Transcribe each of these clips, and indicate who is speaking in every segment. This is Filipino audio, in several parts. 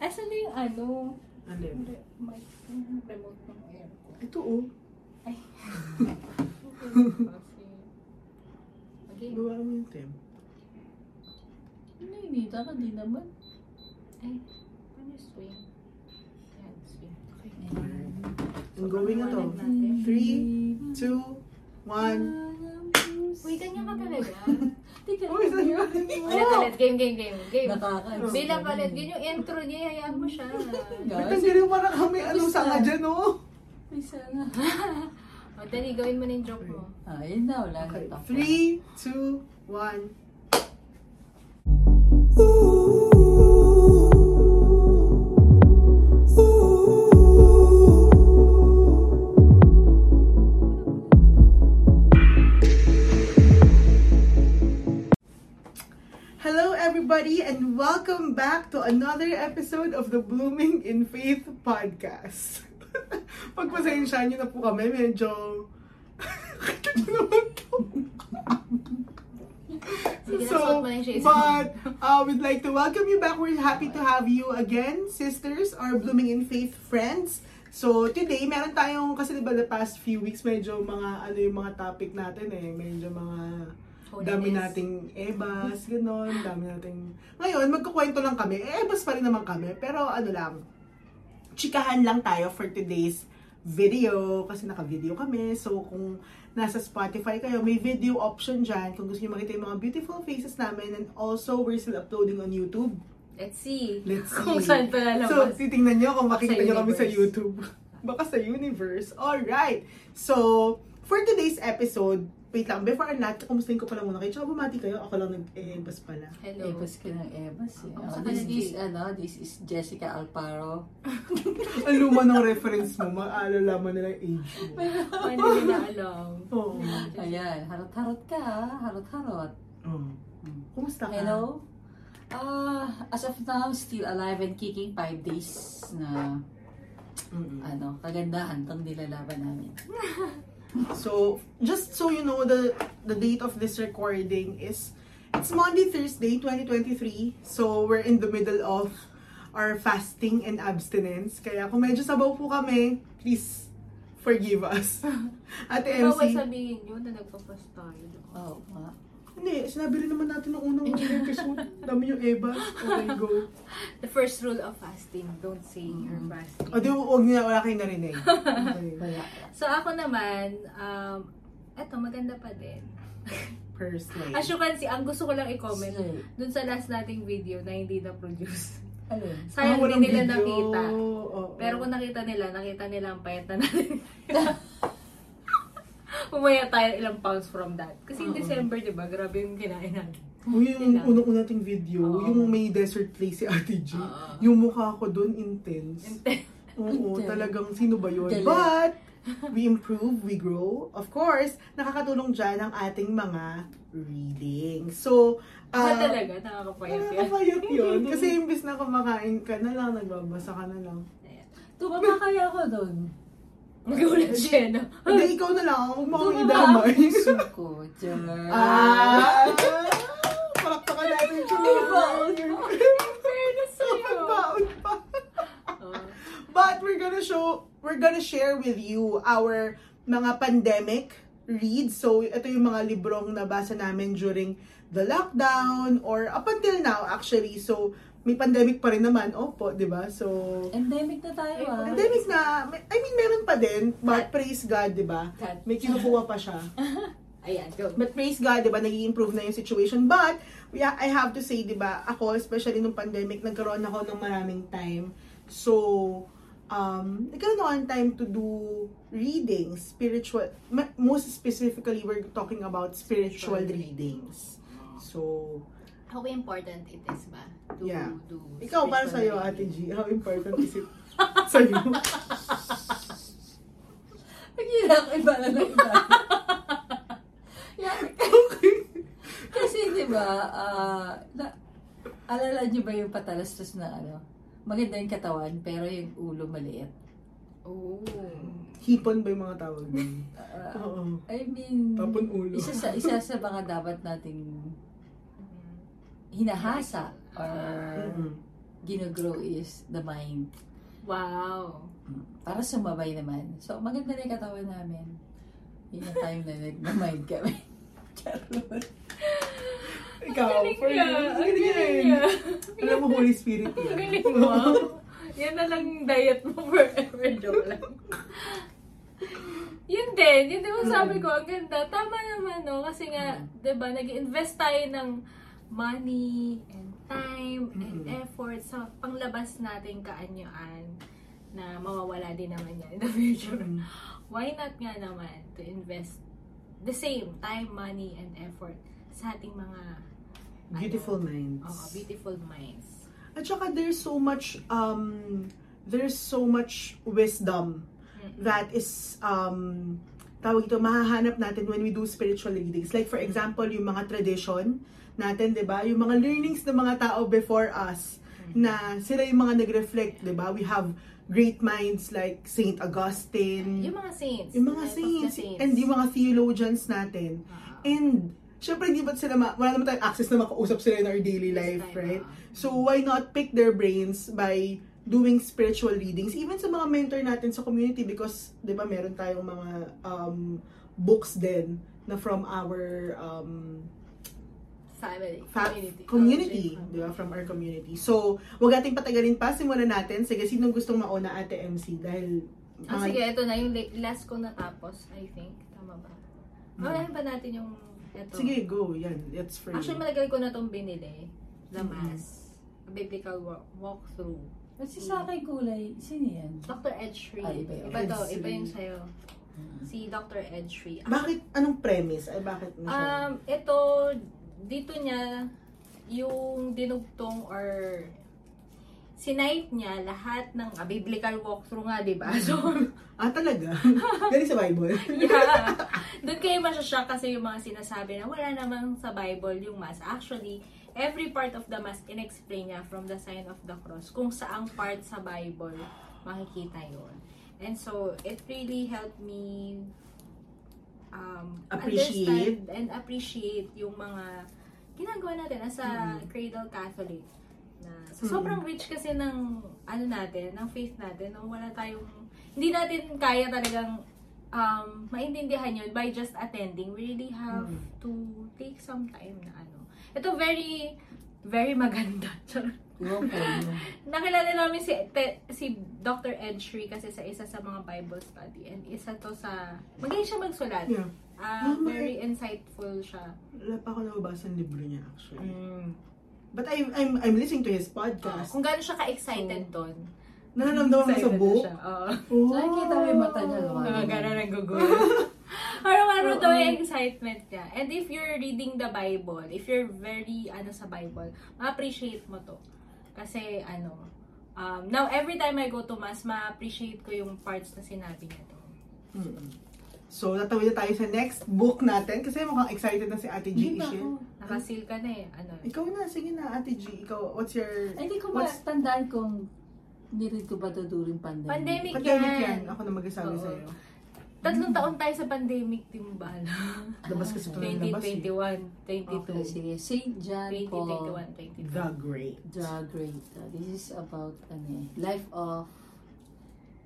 Speaker 1: na yung ano,
Speaker 2: Ano yun?
Speaker 1: re- mic, yung remote ng aircon.
Speaker 2: Ito oh.
Speaker 1: Ay. Okay.
Speaker 2: Gawa mo yung tem.
Speaker 1: Ano yun dito? Ako di naman. Ay, ano yung swing? Ayan, swing. Okay.
Speaker 2: Ang going na to.
Speaker 3: natin.
Speaker 2: Three, two, one.
Speaker 3: Uy, ganyan ka talaga.
Speaker 1: Tignan
Speaker 2: Uy, sa'yo.
Speaker 3: Ulit, ulit. Game, game, game. Game.
Speaker 1: Nakaka-
Speaker 3: Bilang ulit. Yun yung intro niya. Hayaan mo siya.
Speaker 2: Ba't ang galing para kami anong sanga dyan oh?
Speaker 1: Isa na.
Speaker 3: O, dali. Gawin mo na yung joke mo.
Speaker 1: Ah, yun na. Wala
Speaker 2: Okay.
Speaker 1: na.
Speaker 2: Three, two, one. Hello, everybody, and welcome back to another episode of the Blooming in Faith podcast. Pagpasensya niyo na po kami, medyo... Kita niyo naman to.
Speaker 3: Sige,
Speaker 2: So,
Speaker 3: nasuot mo na yung shades.
Speaker 2: but uh, we'd like to welcome you back. We're happy to have you again, sisters, our Blooming in Faith friends. So, today, meron tayong, kasi diba the past few weeks, medyo mga, ano yung mga topic natin eh, medyo mga
Speaker 3: Holiness.
Speaker 2: dami nating ebas, gano'n, dami nating... Ngayon, magkukwento lang kami. Eh, ebas pa rin naman kami, pero ano lang, chikahan lang tayo for today's video kasi naka-video kami. So, kung nasa Spotify kayo, may video option dyan kung gusto nyo makita yung mga beautiful faces namin and also we're still uploading on YouTube.
Speaker 3: Let's see.
Speaker 2: Let's see.
Speaker 3: Kung saan pa
Speaker 2: So,
Speaker 3: lalabas.
Speaker 2: titingnan nyo kung makikita
Speaker 3: Sa
Speaker 2: nyo kami sa
Speaker 3: universe.
Speaker 2: YouTube. Baka sa universe. Alright. So, for today's episode, wait lang, before our lahat, kumustahin ko pala muna kayo. Tsaka bumati kayo, ako lang nag-e-embass pala.
Speaker 3: Hello.
Speaker 1: Ebas ka ng Ebas eh.
Speaker 3: Ang
Speaker 1: Oh, this,
Speaker 3: sakit ng
Speaker 1: this,
Speaker 3: gig.
Speaker 1: ano, this is Jessica Alparo.
Speaker 2: Ang luma ng reference mo, maalalaman nila yung age mo.
Speaker 3: Hindi nila alam.
Speaker 2: Oo. Oh.
Speaker 1: Ayan, harot-harot ka ah. Harot-harot.
Speaker 2: Oo. Oh. Kumusta ka?
Speaker 1: Hello? Ah, as of now, still alive and kicking five days na
Speaker 2: Mm-mm.
Speaker 1: ano, kagandahan tong nilalaban namin.
Speaker 2: So, just so you know, the the date of this recording is it's Monday, Thursday, 2023. So, we're in the middle of our fasting and abstinence. Kaya kung medyo sabaw po kami, please forgive us. Ate
Speaker 3: Bawal
Speaker 2: MC.
Speaker 3: sabihin yun na nagpa-post tayo.
Speaker 1: Oh, mga
Speaker 2: Hindi, sinabi rin naman natin nung unang episode. Dami yung Eva. Okay, go.
Speaker 3: The first rule of fasting, don't say you're
Speaker 2: Mm.
Speaker 3: fasting.
Speaker 2: O di, huwag niya, wala kayong narinig. Okay.
Speaker 1: wala.
Speaker 3: So ako naman, um, eto maganda pa din.
Speaker 2: First name.
Speaker 3: As you can see, ang gusto ko lang i-comment
Speaker 1: Sige.
Speaker 3: dun sa last nating video na hindi na-produce.
Speaker 1: Alin?
Speaker 3: Sayang
Speaker 2: Walang
Speaker 3: hindi nila
Speaker 2: video.
Speaker 3: nakita.
Speaker 2: Oo.
Speaker 3: Pero kung nakita nila, nakita nila ang payat na natin. Umaya tayo ilang pounds from that. Kasi in December, di ba? Grabe yung kinain natin.
Speaker 2: Uy, Oh, yung
Speaker 3: Sila.
Speaker 2: unang-una nating video,
Speaker 3: Oo.
Speaker 2: yung may desert place si Ate G,
Speaker 3: Oo.
Speaker 2: yung mukha ko doon intense. Oo,
Speaker 1: Intense.
Speaker 2: talagang sino ba yun?
Speaker 1: Galit.
Speaker 2: But, we improve, we grow. Of course, nakakatulong dyan ang ating mga reading. So, ah,
Speaker 3: Ba talaga? Nakakapayat yan.
Speaker 2: nakakapayat yun. Kasi imbis na kumakain ka na lang, nagbabasa ka na lang.
Speaker 1: Tumama kaya ako doon.
Speaker 3: Magulat siya, no?
Speaker 2: Hindi, ikaw na lang. Huwag mo akong
Speaker 1: Tumama ako
Speaker 2: idamay.
Speaker 1: sa suko. Char.
Speaker 2: ah! Palakpakan natin siya.
Speaker 1: Baon.
Speaker 3: In fairness sa'yo.
Speaker 2: Baon pa.
Speaker 3: Oh.
Speaker 2: But we're gonna show, we're gonna share with you our mga pandemic reads. So, ito yung mga librong nabasa namin during the lockdown or up until now actually. So, may pandemic pa rin naman. Opo, di ba? So,
Speaker 1: Endemic na tayo ah.
Speaker 2: pandemic na, may- I mean, meron pa din. But praise God, di ba?
Speaker 3: Cut.
Speaker 2: May kinukuha pa siya.
Speaker 3: Ayan, go.
Speaker 2: But praise God, di ba, nag-improve na yung situation. But, we ha- I have to say, di ba, ako, especially nung pandemic, nagkaroon ako ng maraming time. So, um, nagkaroon ako ng time to do readings, spiritual, ma- most specifically, we're talking about spiritual
Speaker 3: Spiritual
Speaker 2: readings. So,
Speaker 3: How important it is ba? To
Speaker 2: Yeah.
Speaker 3: do
Speaker 2: ikaw, para sa'yo,
Speaker 3: spiritual
Speaker 2: Ate
Speaker 3: reading?
Speaker 2: G, how important is it sa'yo?
Speaker 1: Nagilak, iba na lang iba. Yan. Kasi di ba, ah, na- alala niyo ba yung patalastas na ano? Maganda yung katawan, pero yung ulo maliit.
Speaker 3: Oo.
Speaker 2: Hipon ba yung mga tawag doon?
Speaker 1: Ah,
Speaker 2: Oo.
Speaker 1: I mean,
Speaker 2: Tapon ulo.
Speaker 1: isa sa, isa sa mga dapat nating hinahasa or
Speaker 2: Mm-hmm. Ah. Mm-mm.
Speaker 1: ginagrow is the mind.
Speaker 3: Wow.
Speaker 1: Para sumabay naman. So, maganda na yung katawan namin. Yun yung time na nag-mind kami. Charot.
Speaker 2: Ikaw,
Speaker 3: Galing
Speaker 2: for
Speaker 3: niya.
Speaker 2: you. Ang
Speaker 3: Ang
Speaker 2: galing
Speaker 3: galing
Speaker 2: yan.
Speaker 3: niya.
Speaker 2: Alam mo, Holy Spirit yan.
Speaker 3: Ang galing mo. Yan na lang diet mo forever. Joke lang. Yun din. Yun din ang sabi ko. Ang ganda. Tama naman, no? Kasi nga, di ba, nag-invest tayo ng money and time and
Speaker 2: Mm-mm.
Speaker 3: effort sa panglabas nating kaanyuan na mawawala din naman yan in the future. Why not nga naman to invest the same time, money, and effort sa ating mga
Speaker 2: Beautiful minds.
Speaker 3: Oh, beautiful minds.
Speaker 2: At saka there's so much um there's so much wisdom that is um tawag ito mahahanap natin when we do spiritual readings. Like for example, yung mga tradition natin, 'di ba? Yung mga learnings ng mga tao before us na sila yung mga nag-reflect, 'di ba? We have great minds like Saint Augustine,
Speaker 3: Yung mga saints.
Speaker 2: Mm. yung mga
Speaker 3: Life of the
Speaker 2: saints, and yung mga theologians natin.
Speaker 3: Ah.
Speaker 2: And, syempre, di ba sila, ma- wala naman tayong access na makausap sila in our daily
Speaker 3: Yes,
Speaker 2: life,
Speaker 3: tama.
Speaker 2: right? So, why not pick their brains by doing spiritual readings, even sa mga mentor natin sa community because, di ba, meron tayong mga um, books din na from our um,
Speaker 3: family,
Speaker 2: fa-
Speaker 3: community.
Speaker 2: community,
Speaker 3: Culture.
Speaker 2: di ba, from our community. So, wag ating patagalin pa, simulan natin. Sige, sinong gustong mauna, Ate MC? Dahil,
Speaker 3: Ah,
Speaker 2: mga-
Speaker 3: sige, ito na yung la- last ko natapos, I think. Tama ba? Maulahin ba natin yung ito?
Speaker 2: Hmm. sige, go, yan, it's free.
Speaker 3: Actually, matagal ko na itong binili. The
Speaker 2: Mm-hmm.
Speaker 3: Mass. A Biblical walk- walkthrough.
Speaker 1: Kasi sa akin kulay, sino yan?
Speaker 3: Dr. Ed Shree.
Speaker 1: Ah, iba yun.
Speaker 3: iba to,
Speaker 2: Ed
Speaker 3: iba yung
Speaker 2: Shree.
Speaker 3: sa'yo. Si Dr. Ed Shree.
Speaker 2: bakit, anong premise? Ay, bakit na siya?
Speaker 3: Um, ito, dito niya, yung dinugtong or sinight niya lahat ng ah, biblical walkthrough nga, di ba? So,
Speaker 2: Ah, talaga? Galing sa Bible?
Speaker 3: yeah. Doon kayo masyashock kasi yung mga sinasabi na wala namang sa Bible yung mass. Actually, every part of the mass inexplain niya from the sign of the cross kung saang part sa Bible makikita yon. And so, it really helped me um,
Speaker 2: Appreciate.
Speaker 3: understand and appreciate yung mga ginagawa natin as a cradle Catholic. Na, sa sobrang rich kasi ng ano natin, ng faith natin, na wala tayong, hindi natin kaya talagang um, maintindihan yun by just attending. We really have to take some time na ano. Ito very, very maganda. Charot.
Speaker 1: Iwan ko yun.
Speaker 3: Nakilala namin si, te- si Dr. Ed Shree kasi sa isa sa mga Bible study and isa to sa, magaling siya magsulat.
Speaker 2: Yeah.
Speaker 3: Ah,
Speaker 2: Mama,
Speaker 3: very insightful siya.
Speaker 2: Wala pa ako nababasa ng libro niya actually. But I'm, I'm, I'm listening to his podcast.
Speaker 3: Ah, Kung gaano siya ka-excited doon.
Speaker 2: Nanaramdaman mo sa
Speaker 3: Excited na
Speaker 2: book?
Speaker 3: siya, Oo.
Speaker 2: Oh.
Speaker 1: Nakikita mo yung mata niya, lumalim.
Speaker 3: Mga gano'n ang gugulo. Araw-araw daw
Speaker 1: Oo.
Speaker 3: yung excitement niya. And if you're reading the Bible, if you're very ano sa Bible, ma-appreciate mo to. Kasi ano, um, now every time I go to Mass, ma-appreciate ko yung parts na sinabi niya to.
Speaker 2: Mm-mm. Hmm. So, natawid na tayo sa next book natin kasi mukhang excited na si Ate G.
Speaker 1: Hindi ba ako?
Speaker 2: Ishil.
Speaker 3: Nakasil ka na eh. Ano,
Speaker 2: Ikaw na, sige na Ate G. Ikaw, what's your...
Speaker 1: Ay, Hindi ko
Speaker 2: what's-
Speaker 1: matandaan kung niread ko ba ito during pandemic.
Speaker 3: pandemic,
Speaker 2: Pandemic
Speaker 3: yan.
Speaker 2: yan. Ako na magsasabi
Speaker 3: Oo.
Speaker 2: sa'yo.
Speaker 3: Tatlong taon tayo sa pandemic, di mo ba alam?
Speaker 2: Labas kasi ito ng labas eh.
Speaker 3: 2021, 22,
Speaker 1: Okay, sige. St. John Paul
Speaker 3: 2021, 22.
Speaker 2: The Great.
Speaker 1: the Great. Uh, this is about ano, eh, life of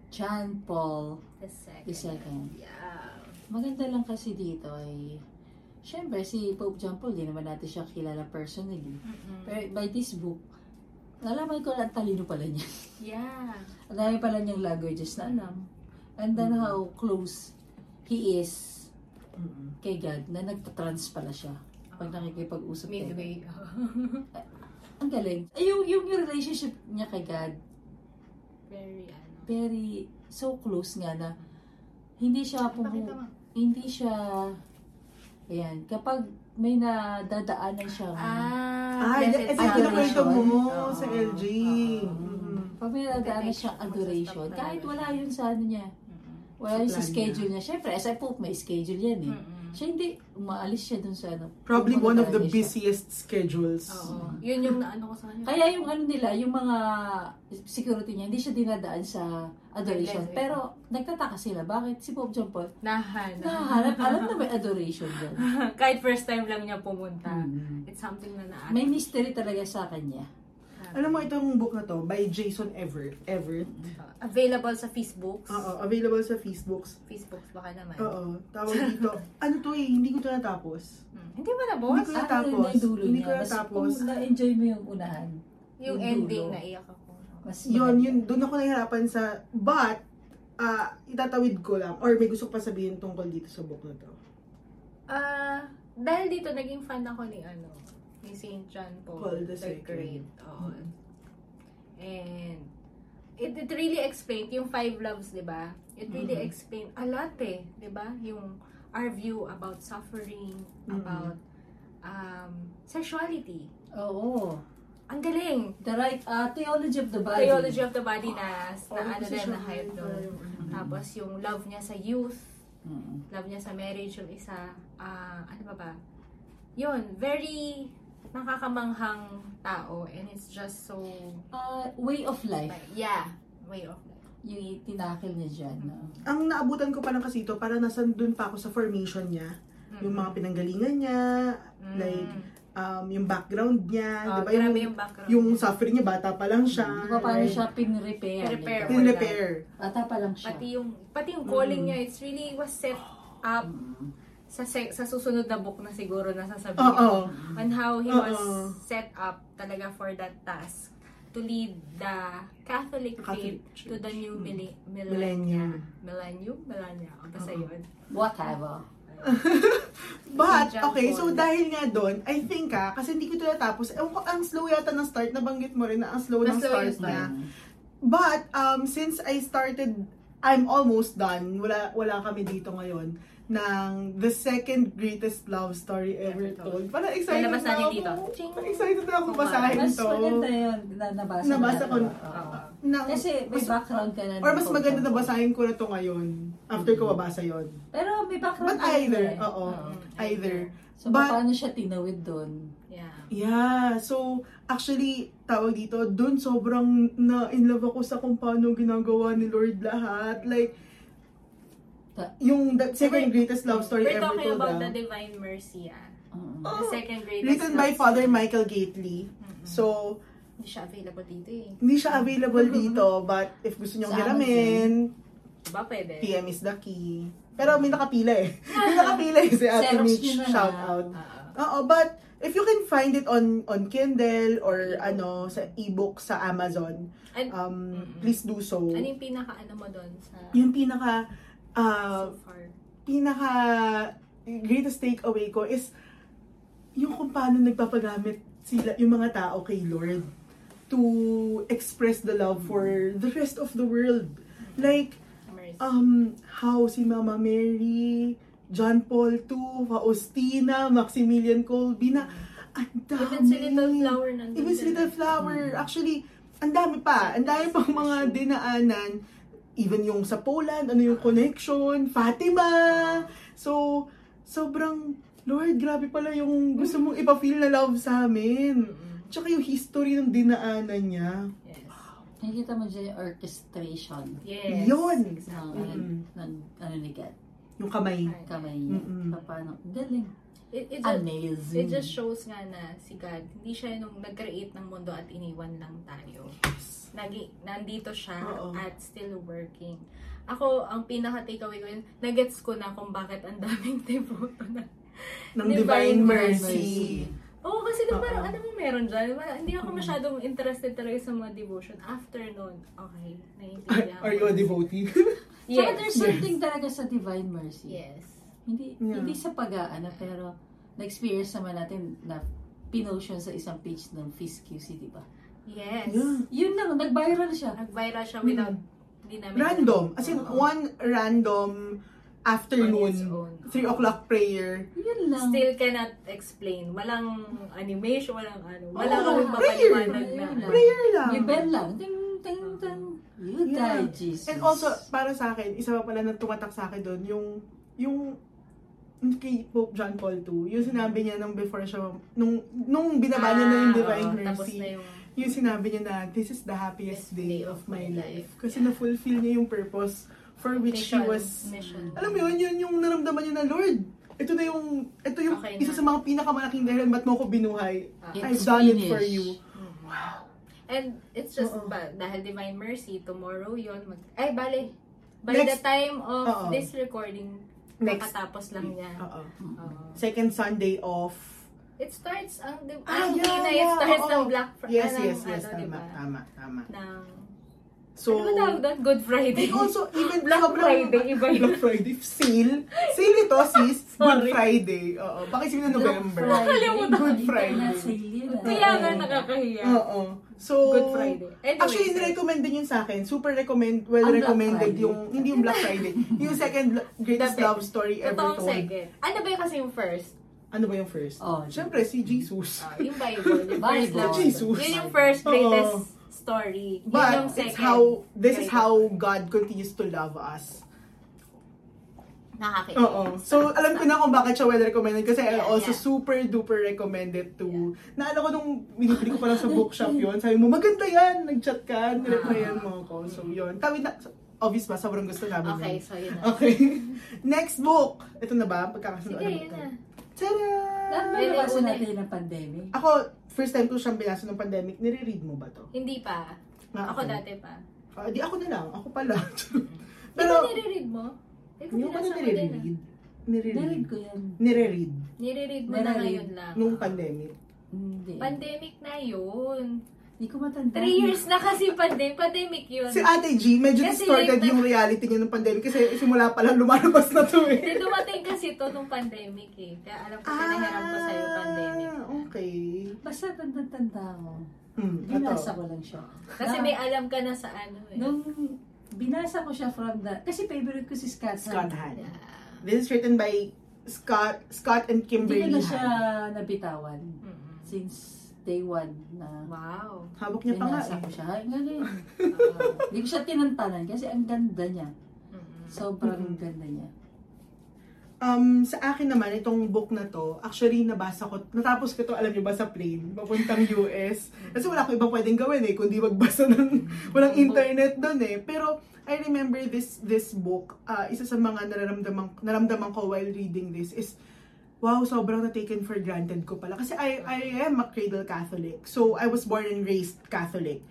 Speaker 1: John Paul
Speaker 3: The second.
Speaker 1: II.
Speaker 3: Yeah.
Speaker 1: Maganda lang kasi dito ay, syempre si Pope John Paul, di naman natin siya kilala personally. Pero by this book, nalaman ko na ang talino pala niya.
Speaker 3: Yeah.
Speaker 1: Ang dami pala niyang languages na alam. And then how close he is
Speaker 2: Mm-mm.
Speaker 1: kay God na nagtatrans pala siya pag
Speaker 3: Ah.
Speaker 1: nakikipag-usap kayo.
Speaker 3: Midway.
Speaker 1: Ang galing. Ay, Yung, yung, yung relationship niya kay God,
Speaker 3: Very ano.
Speaker 1: very so close nga na hindi siya pumu...
Speaker 3: Pakita mo.
Speaker 1: Hindi siya... Ayan, kapag may nadadaanan siya,
Speaker 3: Ah,
Speaker 2: Ah, yes,
Speaker 1: it's
Speaker 2: ay, kinakwento mo
Speaker 3: Oo.
Speaker 2: sa LG.
Speaker 3: Oo.
Speaker 2: Mm-mm.
Speaker 1: mm-hmm. pag may nadadaanan siyang adoration, kahit wala yun sa ano niya, wala yun sa
Speaker 2: Sa plan
Speaker 1: schedule niya. Siyempre, as a pope, may schedule yan eh.
Speaker 3: Mm-mm.
Speaker 1: Siya hindi, umaalis siya dun sa ano.
Speaker 2: Probably one of
Speaker 1: Pumunta
Speaker 2: the
Speaker 1: niya siya.
Speaker 2: busiest schedules.
Speaker 3: Oo. Yun yung naano ko sa kanya.
Speaker 1: Kaya yung ano nila, yung mga security niya, hindi siya dinadaan sa adoration.
Speaker 3: Yes, yes.
Speaker 1: Pero nagtataka sila, bakit si Pope John Paul,
Speaker 3: Nahan.
Speaker 1: nahahanap, alam na may adoration dyan.
Speaker 3: kahit first time lang niya pumunta.
Speaker 1: Mm.
Speaker 3: It's something na naano.
Speaker 1: May mystery talaga sa kanya.
Speaker 2: Alam mo, itong book na to, by Jason Everett. Everett.
Speaker 3: Available sa Facebooks.
Speaker 2: Oo, available sa Facebooks.
Speaker 3: Facebooks baka naman.
Speaker 2: Oo, tawag dito. ano to eh, hindi ko to natapos.
Speaker 3: Hmm. Hindi ba na,
Speaker 2: Hindi
Speaker 3: boss?
Speaker 2: ko
Speaker 1: Ah, ano yun na
Speaker 2: natapos.
Speaker 1: yung dulo
Speaker 2: Hindi ko
Speaker 1: niya. Mas
Speaker 2: natapos.
Speaker 1: kung na-enjoy mo yung unahan.
Speaker 3: Yung
Speaker 1: Yung
Speaker 3: ending,
Speaker 1: dulo.
Speaker 3: naiyak ako.
Speaker 1: Mas
Speaker 2: Yun,
Speaker 1: maganda.
Speaker 2: yun, doon ako nahihirapan sa, but, ah, itatawid ko lang, or may gusto ko pa sabihin tungkol dito sa book na to.
Speaker 3: Ah, dahil dito, naging fan ako ni ano, ni St. John Paul,
Speaker 2: Paul the
Speaker 3: the,
Speaker 2: Second.
Speaker 3: Great. Oo.
Speaker 1: Mhm.
Speaker 3: And, it, it really explained, yung five loves, di ba? It really
Speaker 2: Mhm.
Speaker 3: explained a lot eh, di ba? Yung our view about suffering,
Speaker 2: Mhm.
Speaker 3: about um, sexuality.
Speaker 1: Oo.
Speaker 3: Ang galing!
Speaker 1: The right ah, theology of the body.
Speaker 3: Theology of the body na, na ano
Speaker 2: Kasi
Speaker 3: na,
Speaker 2: siya
Speaker 3: na hype doon.
Speaker 2: yung-
Speaker 3: Tapos yung love niya sa youth,
Speaker 1: Mm.
Speaker 3: love niya sa marriage yung isa, ah, ano ba ba? Yun, very nakakamanghang tao and it's just so,
Speaker 1: Ah, way of life.
Speaker 3: like, yeah, way of life.
Speaker 1: Yung itinakil niya dyan. no?
Speaker 2: Ang naabutan ko pa lang kasi ito, para nasan doon pa ako sa formation niya,
Speaker 3: Mm.
Speaker 2: yung mga pinanggalingan niya,
Speaker 3: Mm.
Speaker 2: like, um, yung background niya,
Speaker 3: Oh,
Speaker 2: di ba?
Speaker 3: grabe
Speaker 2: Yung,
Speaker 3: yung background.
Speaker 2: yung suffering niya, bata pa lang siya.
Speaker 1: Di ba parang siya pin-repair?
Speaker 3: Repair.
Speaker 1: Diba?
Speaker 2: Yung repair.
Speaker 1: Bata pa lang siya.
Speaker 3: pati yung, pati yung calling
Speaker 2: Mm.
Speaker 3: niya, it's really was set up
Speaker 1: Mm.
Speaker 3: sa se- sa susunod na book na siguro na sasabihin.
Speaker 2: Oo.
Speaker 3: on how he was
Speaker 2: Oo.
Speaker 3: set up talaga for that task to lead the Catholic,
Speaker 2: Catholic
Speaker 3: faith
Speaker 2: Church.
Speaker 3: to the new
Speaker 2: Mm.
Speaker 3: mili- millennia.
Speaker 2: Millennium.
Speaker 3: Millennium? Millennia. O, basta
Speaker 2: Oo.
Speaker 3: yun.
Speaker 1: Whatever.
Speaker 2: But,
Speaker 3: John
Speaker 2: okay, so
Speaker 3: Paul.
Speaker 2: dahil nga doon, I think ah, kasi hindi ko ito natapos, ewan ko, ang slow yata ng start, nabanggit mo rin na ang slow
Speaker 3: Mas
Speaker 2: ng
Speaker 3: slow
Speaker 2: start
Speaker 3: yung start.
Speaker 2: niya.
Speaker 1: Mm.
Speaker 2: But, um, since I started, I'm almost done, wala, wala kami dito ngayon, ng the second greatest love story ever
Speaker 3: Ever
Speaker 2: told. Parang excited
Speaker 3: Lalabas
Speaker 2: na
Speaker 3: natin
Speaker 2: ako.
Speaker 3: dito. Ching!
Speaker 2: Parang excited na ako
Speaker 3: Oo,
Speaker 2: basahin
Speaker 1: Mas
Speaker 2: to.
Speaker 1: maganda yun na nabasa.
Speaker 2: Nabasa
Speaker 1: na-
Speaker 2: ko.
Speaker 1: Oo.
Speaker 2: Ng,
Speaker 1: Kasi may
Speaker 2: mas-
Speaker 1: background ka na.
Speaker 2: Or mas
Speaker 1: ng
Speaker 2: maganda na
Speaker 1: content.
Speaker 2: basahin ko na to ngayon. After ko mabasa yon.
Speaker 1: Pero may background
Speaker 2: But
Speaker 1: ka rin
Speaker 2: either,
Speaker 1: eh.
Speaker 2: oo. Either.
Speaker 1: So,
Speaker 2: But-
Speaker 1: paano siya tinawid doon?
Speaker 3: Yeah.
Speaker 2: Yeah, so actually, tawag dito, dun sobrang na-inlove ako sa kung paano ginagawa ni Lord lahat. Like,
Speaker 1: Ta-
Speaker 2: yung the second
Speaker 3: Okay.
Speaker 2: greatest love story
Speaker 3: We're
Speaker 2: ever
Speaker 3: talking
Speaker 2: told.
Speaker 3: about
Speaker 2: ah.
Speaker 3: the Divine Mercy, ah.
Speaker 1: Mm.
Speaker 2: Oh.
Speaker 3: The second greatest
Speaker 2: Written by
Speaker 3: love
Speaker 2: Father
Speaker 3: story. Mm-hmm.
Speaker 2: Michael Gately.
Speaker 3: Mm-mm.
Speaker 2: So,
Speaker 3: Hindi siya available dito eh.
Speaker 2: hindi siya available
Speaker 3: Mm-hmm.
Speaker 2: dito, but if gusto niyong
Speaker 1: Sa
Speaker 2: hiramin,
Speaker 3: Diba pwede?
Speaker 2: PM is the key. Pero may nakapila eh. may nakapila eh si Ate
Speaker 1: Xerox
Speaker 2: Mitch.
Speaker 1: niyo na lang.
Speaker 2: Shout out.
Speaker 3: Oo.
Speaker 2: Oo, but if you can find it on on Kindle or ano sa ebook sa Amazon,
Speaker 3: And-
Speaker 2: um
Speaker 3: Mm-mm.
Speaker 2: please do so.
Speaker 3: Ano yung pinaka-ano mo doon sa...
Speaker 2: Yung pinaka ah,
Speaker 3: so far?
Speaker 2: pinaka greatest takeaway ko is yung kung paano nagpapagamit sila yung mga tao kay Lord to express the love for the rest of the world. Like
Speaker 3: Mercy.
Speaker 2: um, how si Mama Mary, John Paul II, Faustina, Maximilian Colby na, ang dami.
Speaker 3: Even si Little Flower Mm. nandun. eh.
Speaker 2: Even si
Speaker 3: din.
Speaker 2: Little Flower. Actually, ang dami pa. Ang dami pang mga dinaanan. Even yung sa Poland, ano yung connection, Fatima. So, sobrang, Lord, grabe pala yung gusto
Speaker 3: Mm.
Speaker 2: mong ipa-feel na love sa amin.
Speaker 3: Mm-mm.
Speaker 2: Tsaka yung history ng dinaanan niya.
Speaker 3: Yes.
Speaker 1: Nakikita mo dyan yung orchestration
Speaker 3: Yes.
Speaker 2: Yun.
Speaker 1: ng,
Speaker 3: Exactly.
Speaker 2: Mm-mm.
Speaker 1: ng, ano ni God,
Speaker 2: Yung kamay.
Speaker 1: kamay niya.
Speaker 2: Mm-mm.
Speaker 1: Sa Paano, galing.
Speaker 3: It, it, just,
Speaker 1: Amazing.
Speaker 3: it just shows nga na si God, hindi siya nung nag-create ng mundo at iniwan lang tayo. Nagi, nandito siya
Speaker 2: Oo.
Speaker 3: at still working. Ako, ang pinaka-takeaway ko yun, nagets ko na kung bakit ang daming devoto na.
Speaker 2: Ng
Speaker 3: Divine
Speaker 2: Divine
Speaker 3: mercy.
Speaker 2: Mercy.
Speaker 3: Oo, kasi di
Speaker 2: Oo.
Speaker 3: parang, ano mo meron dyan? Wala- Hindi ako masyadong interested talaga sa mga devotion. After nun, okay, naiintindihan
Speaker 2: Are
Speaker 3: ko.
Speaker 2: you a devotee?
Speaker 1: Yes.
Speaker 3: Yes.
Speaker 1: there's something talaga sa divine mercy.
Speaker 3: Yes.
Speaker 1: Hindi
Speaker 2: Yeah.
Speaker 1: hindi sa pag-aano, pero na-experience naman natin na pinotion sa isang page ng Fizz QC, di ba?
Speaker 3: Yes.
Speaker 2: Yeah. Mm.
Speaker 1: Yun lang, nag-viral siya.
Speaker 3: Nag-viral siya without, hindi namin
Speaker 2: Random. As in,
Speaker 3: Oo.
Speaker 2: one random
Speaker 3: Uh-huh. On its own.
Speaker 2: afternoon, 3 o'clock prayer.
Speaker 1: Yun lang.
Speaker 3: Still cannot explain. Walang animation, walang ano. Wala
Speaker 2: Oo,
Speaker 3: kami
Speaker 2: prayer.
Speaker 3: papaliwanag na.
Speaker 1: Prayer lang.
Speaker 2: Prayer lang.
Speaker 1: Yung bell lang. Ting, ting, ting. You
Speaker 2: Yeah.
Speaker 1: die, Jesus.
Speaker 2: And also, para sa akin, isa pa pala na tumatak sa akin doon, yung, yung kay Pope John Paul II, yung sinabi niya nung before siya, nung, nung binaba niya na yung Divine
Speaker 3: Ah, oo, Tapos
Speaker 2: Mercy,
Speaker 3: na yung...
Speaker 2: yung sinabi niya na, this is the happiest
Speaker 3: Best
Speaker 2: day of my life. Kasi
Speaker 3: Yeah.
Speaker 2: na-fulfill niya yung purpose for which he
Speaker 3: mission,
Speaker 2: was
Speaker 3: Mission.
Speaker 2: Alam mo yun, yun yung naramdaman niya na, Lord, ito na yung, ito yung
Speaker 3: Okay
Speaker 2: isa
Speaker 3: na.
Speaker 2: sa mga pinakamalaking dahilan ba't mo ako binuhay.
Speaker 3: Ah.
Speaker 2: I've
Speaker 1: It's
Speaker 2: done it
Speaker 1: finished.
Speaker 2: for you.
Speaker 3: Mm. And it's just,
Speaker 2: Oo.
Speaker 3: ba, dahil Divine Mercy, tomorrow yon mag, ay, bale, by
Speaker 2: Next-
Speaker 3: the time
Speaker 2: Oo.
Speaker 3: of this recording,
Speaker 2: Next. Mm. Um,
Speaker 3: makatapos lang niya.
Speaker 2: Oo.
Speaker 3: Oo.
Speaker 2: Second Sunday off.
Speaker 3: It starts ang, di
Speaker 2: Ah,
Speaker 3: ah,
Speaker 2: yeah,
Speaker 3: na, it
Speaker 2: yeah,
Speaker 3: starts
Speaker 2: oo.
Speaker 3: ng Black Friday.
Speaker 2: Yes, yes, yes.
Speaker 3: ano,
Speaker 2: Tama,
Speaker 3: diba?
Speaker 2: tama, tama.
Speaker 3: Ng,
Speaker 2: So,
Speaker 3: ano ba tawag doon? Good Friday.
Speaker 2: they also, even
Speaker 3: Black
Speaker 2: sobrang-
Speaker 3: Friday, iba yun.
Speaker 2: Black Friday, sale. Sale ito, sis. Good
Speaker 3: Sorry.
Speaker 2: Friday. Oo, baka isipin na November. Good Friday.
Speaker 1: ah.
Speaker 3: Kaya nga nakakahiya.
Speaker 2: Oo. So,
Speaker 3: Good Friday. Anyway,
Speaker 2: Oh. Actually, nirecommend din yun sa akin. Super recommend, well
Speaker 1: Ang Black
Speaker 2: recommended
Speaker 1: Friday.
Speaker 2: yung, hindi yung Black Friday, yung second lo- greatest
Speaker 3: Dapat.
Speaker 2: love story ever
Speaker 3: Totoong
Speaker 2: told.
Speaker 3: second. Ano ba yung kasi yung first?
Speaker 2: Ano ba yung first?
Speaker 1: Oh,
Speaker 2: Siyempre, si Jesus.
Speaker 3: Ah, yung Bible. Yung first
Speaker 1: Bible.
Speaker 3: love.
Speaker 2: Jesus.
Speaker 3: Yun yung first greatest
Speaker 2: Oo.
Speaker 3: story. Yun yung
Speaker 2: But
Speaker 3: second.
Speaker 2: it's how this is
Speaker 3: greatest.
Speaker 2: how God continues to love us.
Speaker 3: Nakakita.
Speaker 2: Oo. So alam ko na kung bakit siya well recommended kasi I
Speaker 3: Yeah,
Speaker 2: also
Speaker 3: yeah.
Speaker 2: super duper recommended to. Naalala ko nung binibili ko pa lang sa bookshop yon sabi mo maganda yan, nag-chat ka,
Speaker 3: Ah.
Speaker 2: nireplyan mo ako. So yun. Tawid na, obvious ba? Sobrang gusto namin
Speaker 3: Okay,
Speaker 2: yun.
Speaker 3: so yun na.
Speaker 2: Okay. Next book. Ito na ba? Pagkakasunod.
Speaker 3: Sige, yun na.
Speaker 1: Lalo
Speaker 3: Pwede
Speaker 1: na
Speaker 3: una
Speaker 1: natin ng pandemic.
Speaker 2: Ako, first time ko siyang binasa ng pandemic, nire-read mo ba to?
Speaker 3: Hindi pa.
Speaker 2: Ah,
Speaker 3: Ako
Speaker 2: okay.
Speaker 3: dati pa.
Speaker 2: Ah, di ako na lang. Ako pala.
Speaker 3: Di ba
Speaker 2: Pero,
Speaker 3: nire-read mo? Di ba
Speaker 2: yung ko na
Speaker 3: binasa mo din ah?
Speaker 2: nire-read. Nire-read.
Speaker 1: Narinig ko yan.
Speaker 2: Nire-read.
Speaker 3: Nire-read mo na
Speaker 1: Nire-read.
Speaker 3: ngayon lang.
Speaker 2: Nung pandemic.
Speaker 1: Hindi.
Speaker 3: Pandemic na yun.
Speaker 1: Hindi ko matanda.
Speaker 3: Three years na kasi pandemic. Pandemic yun.
Speaker 2: Si Ate G, medyo
Speaker 3: Kasi
Speaker 2: distorted
Speaker 3: late na-
Speaker 2: yung reality niya ng pandemic kasi simula pa lang lumalabas na to eh.
Speaker 3: Hindi dumating kasi to nung pandemic eh. Kaya alam
Speaker 2: Ah,
Speaker 3: ko, pinahiram ko sa'yo pandemic.
Speaker 2: okay.
Speaker 1: Basta tanda-tanda ko.
Speaker 2: Hmm,
Speaker 1: Binasa
Speaker 2: ito.
Speaker 1: ko lang siya.
Speaker 3: Kasi
Speaker 2: Ah.
Speaker 1: Na-
Speaker 3: may alam ka na sa ano eh.
Speaker 1: Nung binasa ko siya from the... Kasi favorite ko si Scott.
Speaker 2: Scott Han.
Speaker 3: Ah,
Speaker 2: This is written by Scott Scott and
Speaker 1: Hindi ko
Speaker 2: Kimberly
Speaker 1: na siya
Speaker 2: Han.
Speaker 1: nabitawan.
Speaker 3: mm-mm.
Speaker 1: Since day one na
Speaker 3: Wow.
Speaker 2: Hawak niya pa nga
Speaker 1: binasa
Speaker 2: eh.
Speaker 1: ko siya. Ay, Ngayon. Ah, Hindi ko siya tinantanan kasi ang ganda niya.
Speaker 3: Mm-mm.
Speaker 1: Sobrang
Speaker 2: Mm-mm.
Speaker 1: ganda niya.
Speaker 2: Um, sa akin naman, itong book na to, actually, nabasa ko, natapos ko to, alam niyo ba, sa plane, papuntang US. Kasi wala ko ibang pwedeng gawin eh, kundi magbasa ng, walang internet doon eh. Pero, I remember this this book, ah, isa sa mga nararamdaman, naramdaman ko while reading this is, wow, sobrang na-taken for granted ko pala. Kasi I, I am a cradle Catholic. So, I was born and raised Catholic.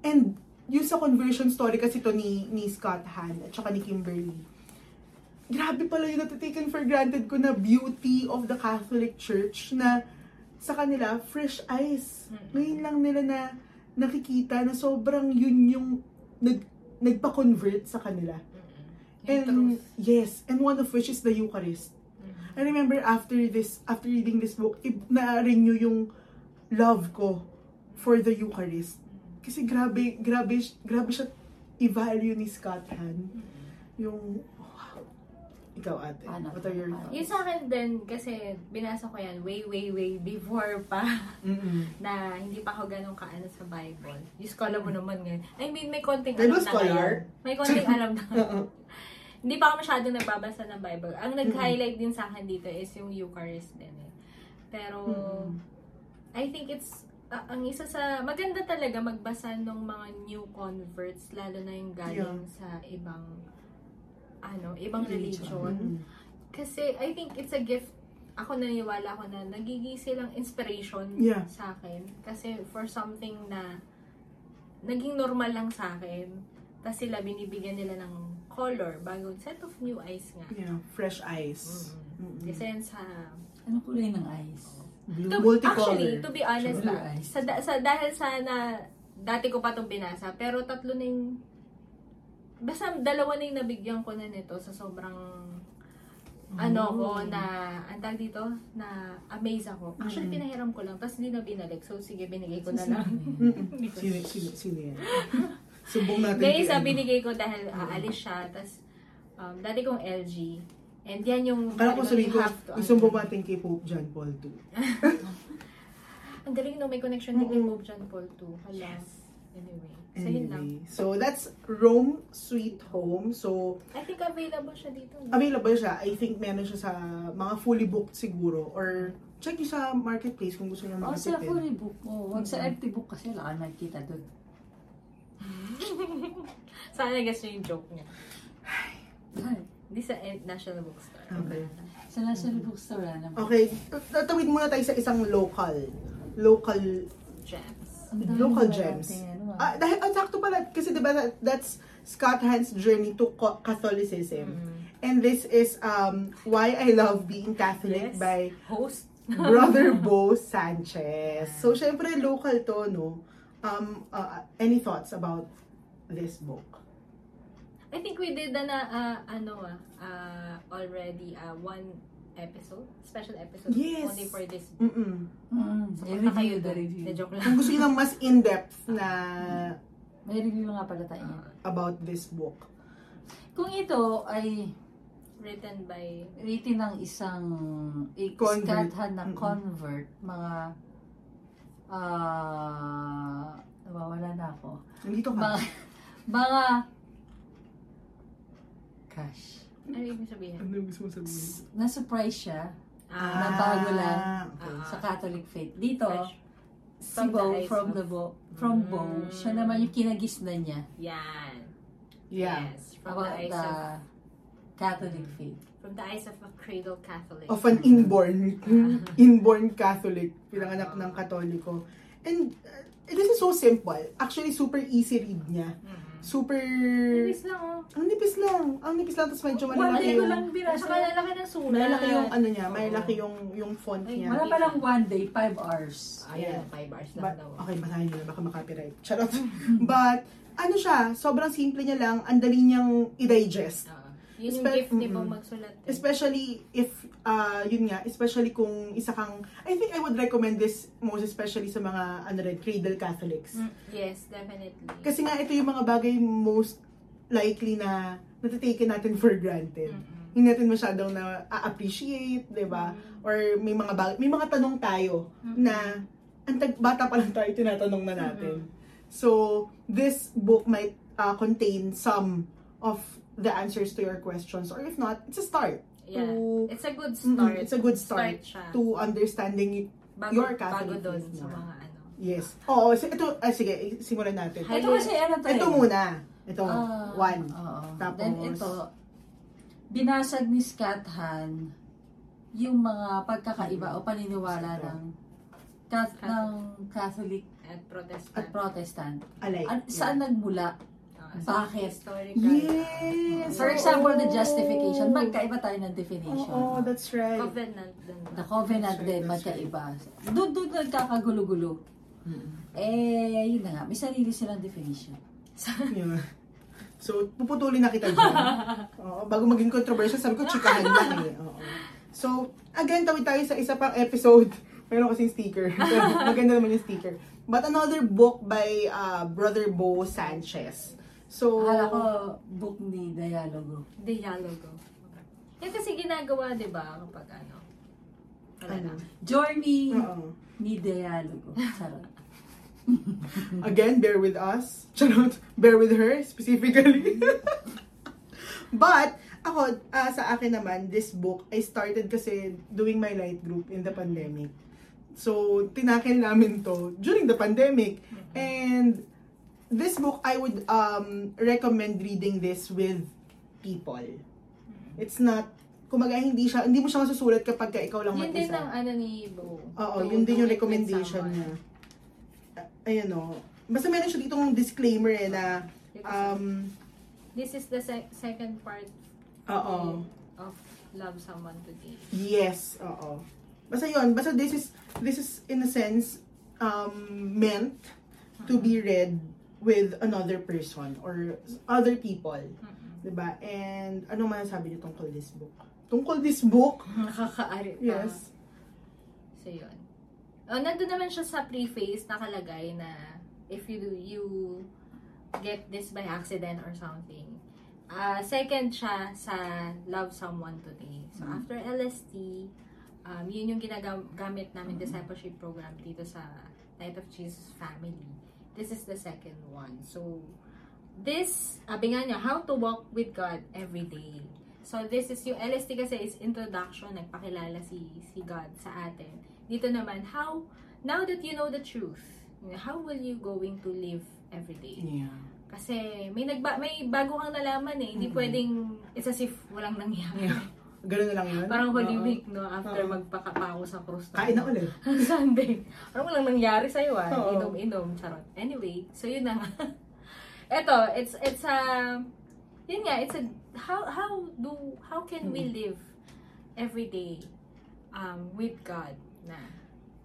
Speaker 2: And, yung sa conversion story kasi to ni, ni Scott Hahn at saka ni Kimberly, grabe pala yung natataken for granted ko na beauty of the Catholic Church na sa kanila, fresh eyes. Ngayon lang nila na nakikita na sobrang yun yung nag, nagpa-convert sa kanila.
Speaker 3: Yung
Speaker 2: And
Speaker 3: truth.
Speaker 2: yes, and one of which is the Eucharist. I remember after this, after reading this book, i- na-renew yung love ko for the Eucharist. Kasi grabe, grabe, grabe siya i-value ni Scott Hahn. Yung, wow. Ikaw ate,
Speaker 1: Ano?
Speaker 2: what are your thoughts?
Speaker 3: Yun sa akin din, kasi binasa ko yan way, way, way before pa
Speaker 2: Mm-mm.
Speaker 3: na hindi pa ako ganun kaano sa Bible. Yung scholar mo naman ngayon. I mean, may konting
Speaker 2: Bible
Speaker 3: alam na
Speaker 2: scholar?
Speaker 3: ngayon. May konting alam na.
Speaker 2: Oo.
Speaker 3: hindi pa ako masyadong nagbabasa ng Bible. Ang nag-highlight din sa akin dito is yung Eucharist din eh. Pero,
Speaker 2: Mm.
Speaker 3: I think it's, a- ang isa sa, maganda talaga magbasa ng mga new converts, lalo na yung galing sa ibang, ano, ibang religion.
Speaker 2: Mm-mm.
Speaker 3: Kasi I think it's a gift. Ako naniniwala ako na nagiging silang inspiration
Speaker 2: Yeah.
Speaker 3: sa akin. Kasi for something na naging normal lang sa akin. Tapos sila binibigyan nila ng color, bagong set of new eyes nga.
Speaker 2: Yeah, fresh eyes. Mm-mm.
Speaker 3: Kasi yan sa...
Speaker 1: Anong Ano kulay ng eyes?
Speaker 2: Blue,
Speaker 3: To,
Speaker 2: multicolor.
Speaker 3: actually, to be honest,
Speaker 1: Blue
Speaker 3: ah,
Speaker 1: eyes.
Speaker 3: sa, da- sa, dahil sa na, dati ko pa itong binasa, pero tatlo na yung... Basta dalawa na yung nabigyan ko na nito sa sobrang ano ko
Speaker 2: Mm.
Speaker 3: na, ang tawag dito, na amaze ako. Actually,
Speaker 2: Mm.
Speaker 3: pinahiram ko lang, tapos hindi na binalik. So, sige, binigay ko na lang.
Speaker 2: Mm-mm.
Speaker 3: Hindi ko-
Speaker 2: Sino, sino, sino yan? Subong natin.
Speaker 3: Hindi,
Speaker 2: kay
Speaker 3: isa
Speaker 2: ano.
Speaker 3: binigay ko dahil aalis siya, tapos um, dati kong LG. And yan yung, ano,
Speaker 2: Akala ko
Speaker 3: you
Speaker 2: sabihin ko,
Speaker 3: have to-
Speaker 2: isumbong natin kay Pope John Paul II.
Speaker 3: Ang galing no, may connection din kay
Speaker 2: Mm-mm.
Speaker 3: Pope John Paul too. Hala. Anyway, so yun lang.
Speaker 2: Anyway, so that's Rome Sweet Home. So,
Speaker 3: I think available siya dito. no?
Speaker 2: available siya. I think meron siya sa mga fully booked siguro. Or check niyo sa marketplace kung gusto niyo
Speaker 1: O Oh,
Speaker 3: Oh,
Speaker 1: sa
Speaker 2: makatipid.
Speaker 1: fully book mo. Huwag sa empty book kasi wala ka nakikita doon.
Speaker 3: Sana nag-guess niyo yung joke niya.
Speaker 1: Ay,
Speaker 3: Hindi sa eh, National Bookstore.
Speaker 2: Okay.
Speaker 1: Sa National Bookstore, ano?
Speaker 2: Okay, tatawid muna tayo sa isang local. Local
Speaker 3: Gems.
Speaker 1: Ang dami
Speaker 2: Local
Speaker 1: wala
Speaker 2: gems.
Speaker 1: nating Ano, ah.
Speaker 2: Ah, dahil, ah, sakto pala, kasi diba that- that's Scott Hahn's journey to co-
Speaker 3: Mm.
Speaker 2: Catholicism.
Speaker 3: Mm-hmm.
Speaker 2: And this is um why I love being Catholic
Speaker 3: Yes.
Speaker 2: by
Speaker 3: Host?
Speaker 2: Brother Bo Sanchez. So, syempre, local to, no? Um, uh, any thoughts about this book?
Speaker 3: I think we did na, ah, ano ah, ah, already ah, one episode, special episode
Speaker 2: Yes.
Speaker 3: only for this.
Speaker 2: Mm-mm.
Speaker 1: Mm,
Speaker 3: So,
Speaker 1: eh,
Speaker 3: punta kayo
Speaker 1: review the
Speaker 3: doon.
Speaker 1: review.
Speaker 3: Na joke
Speaker 2: Kung
Speaker 3: lang.
Speaker 2: gusto nyo ng mas in-depth na
Speaker 1: May review nga pala tayo.
Speaker 3: Ah.
Speaker 2: about this book.
Speaker 1: Kung ito ay
Speaker 3: Written by
Speaker 1: written ng isang
Speaker 2: Convert.
Speaker 1: iskathan na
Speaker 2: Mm-mm.
Speaker 1: convert, mga ah nawawala na ako.
Speaker 2: Nandito
Speaker 1: Mga
Speaker 2: ka.
Speaker 1: mga gosh,
Speaker 3: ano yung sabihin?
Speaker 2: Ano yung gusto mo sabihin?
Speaker 1: na-surprise siya
Speaker 3: Ah,
Speaker 1: Nabago lang.
Speaker 2: okay.
Speaker 3: Ah.
Speaker 1: sa Catholic faith. Dito,
Speaker 3: fresh.
Speaker 1: si
Speaker 3: From the
Speaker 1: Bo
Speaker 3: eyes
Speaker 1: from
Speaker 3: of-
Speaker 1: the Bo, from Bo,
Speaker 3: Mm.
Speaker 1: siya naman yung kinagisnan niya
Speaker 3: Yan.
Speaker 2: Yeah.
Speaker 3: Yes. From the
Speaker 1: about
Speaker 3: eyes
Speaker 1: the
Speaker 3: of
Speaker 1: Catholic faith.
Speaker 3: from the eyes of a cradle Catholic.
Speaker 2: Of an inborn, inborn Catholic, pinanganak ng Katoliko. And uh, this is so simple. Actually, super easy read niya. Super...
Speaker 3: Ibis lang oh.
Speaker 2: Ang nipis lang. Ang nipis lang, tapos medyo malalaki
Speaker 1: day ko
Speaker 2: yung...
Speaker 1: lang binasa.
Speaker 3: Saka lalaki ng sulat.
Speaker 2: Malalaki yung ano niya,
Speaker 3: Oo.
Speaker 2: malalaki yung, yung font
Speaker 3: Ay,
Speaker 2: niya.
Speaker 1: Wala palang one day, five hours.
Speaker 3: Ayun, 5 hours lang
Speaker 2: But,
Speaker 3: daw.
Speaker 2: okay, basahin niyo na, baka makapiright. Charot. But, ano siya, sobrang simple niya lang, ang dali niyang i-digest.
Speaker 3: Oo. Yun yung
Speaker 2: Spe-
Speaker 3: gift, di ba,
Speaker 2: Mm-mm.
Speaker 3: magsulat. eh.
Speaker 2: Especially if, uh, yun nga, especially kung isa kang, I think I would recommend this most especially sa mga, ano rin, cradle Catholics.
Speaker 3: Mm, Yes, definitely.
Speaker 2: Kasi nga, ito yung mga bagay most likely na natataken natin for granted.
Speaker 3: Mm-mm.
Speaker 2: Hindi natin masyadong na-appreciate, di ba? Or may mga bag- may mga tanong tayo
Speaker 3: Mm-mm.
Speaker 2: na ang tag- bata pa lang tayo tinatanong na natin. So, this book might uh, contain some of the answers to your questions or if not, it's a start.
Speaker 3: Yeah.
Speaker 2: To,
Speaker 3: It's a good
Speaker 2: Mm,
Speaker 3: start.
Speaker 2: it's a good start,
Speaker 3: siya.
Speaker 2: to understanding it.
Speaker 3: bago,
Speaker 2: your
Speaker 3: bago
Speaker 2: Catholic
Speaker 3: doon
Speaker 2: faith
Speaker 3: sa
Speaker 2: na.
Speaker 3: mga ano.
Speaker 2: Yes. Oo, si- ito, ah, sige, simulan natin.
Speaker 3: Hi-
Speaker 1: Ito kasi ano to
Speaker 2: Ito
Speaker 1: eh.
Speaker 2: muna. Ito,
Speaker 1: Ah,
Speaker 2: one.
Speaker 1: oo.
Speaker 2: Tapos-
Speaker 1: Then ito, binasag ni Scott Hahn yung mga pagkakaiba o paniniwala
Speaker 2: Ito.
Speaker 1: ng kat, ng Catholic
Speaker 3: At
Speaker 1: at
Speaker 3: Protestant.
Speaker 1: Protestant.
Speaker 2: Alay.
Speaker 1: An- ano? saan nagmula?
Speaker 3: Oo, so
Speaker 1: Bakit?
Speaker 3: Historical. uh,
Speaker 2: Yes!
Speaker 1: For example, the
Speaker 2: oo.
Speaker 1: justification, magkaiba tayo ng definition.
Speaker 2: oh. Oo, that's right.
Speaker 3: Covenant dun.
Speaker 1: The covenant
Speaker 2: That's
Speaker 1: din,
Speaker 2: right, that's
Speaker 1: magkaiba. Doon doon nagkakagulo-gulo. Eh, yun na nga, may sarili silang definition.
Speaker 2: Yeah. So, puputulin na kita dyan. Oo, bago maging controversial, sabi ko, chikahan lang eh. Oo. So, again, tawid tayo sa isa pang episode. Meron kasing sticker. Pero maganda naman yung sticker. But another book by uh, Brother Bo Sanchez. So,
Speaker 1: Akala ko
Speaker 2: Oh.
Speaker 1: book ni Dialogo.
Speaker 3: Dialogo. Okay. Yan kasi ginagawa, di ba, kapag ano. Wala
Speaker 2: Ano?
Speaker 3: lang.
Speaker 1: Journey
Speaker 2: oo.
Speaker 1: ni Dialogo. Sarap.
Speaker 2: Again, bear with us. Charot. Bear with her, specifically. But, ako, ah, sa akin naman, this book, I started kasi doing my light group in the pandemic. So, tinakil namin to during the pandemic.
Speaker 3: Mm-hmm.
Speaker 2: And, this book, I would um, recommend reading this with people.
Speaker 3: Mm-hmm.
Speaker 2: It's not, kumaga hindi siya, hindi mo siya masusulat kapag ka ikaw lang
Speaker 3: Yun din
Speaker 2: mag-isa.
Speaker 3: ang ano ni Bo.
Speaker 2: Oo,
Speaker 3: To
Speaker 2: yun
Speaker 3: do
Speaker 2: din yung
Speaker 3: it with
Speaker 2: recommendation
Speaker 3: someone.
Speaker 2: niya. A- Ayan o. Basta meron siya ditong disclaimer eh na, um,
Speaker 3: This is the sec- second part
Speaker 2: oo,
Speaker 3: of Love Someone Today.
Speaker 2: yes, oo. Basta yun, basta this is, this is in a sense, um, meant to be read with another person or other people.
Speaker 3: Mm-mm.
Speaker 2: 'di ba? And ano man sabi niyo tungkol this book? Tungkol this book?
Speaker 3: Nakakaari pa.
Speaker 2: Yes.
Speaker 3: So, yun. Oh, nandun naman siya sa preface nakalagay na if you you get this by accident or something. Uh, second siya sa Love Someone Today. So, after LST, um, yun yung ginagamit namin discipleship program dito sa Light of Jesus Family. This is the second one. So, this, sabi nga niya, how to walk with God every day. So, this is yung LST kasi is introduction, nagpakilala si, si God sa atin. Dito naman, how, now that you know the truth, how will you going to live every day?
Speaker 2: Yeah.
Speaker 3: Kasi may nagba may bago kang nalaman eh. Hindi pwedeng it's as if walang nangyari.
Speaker 2: Ganun na lang yun.
Speaker 3: Parang Holy
Speaker 2: Oo.
Speaker 3: Week, no? After
Speaker 2: Oo.
Speaker 3: magpakapako sa krus.
Speaker 2: Kain na ulit.
Speaker 3: Sunday. Parang walang nangyari sa'yo ah.
Speaker 2: Oo.
Speaker 3: Inom-inom, charot. Anyway, so yun na nga. Eto, it's, it's a, yun nga, it's a, how, how do, how can we live every day um, with God na,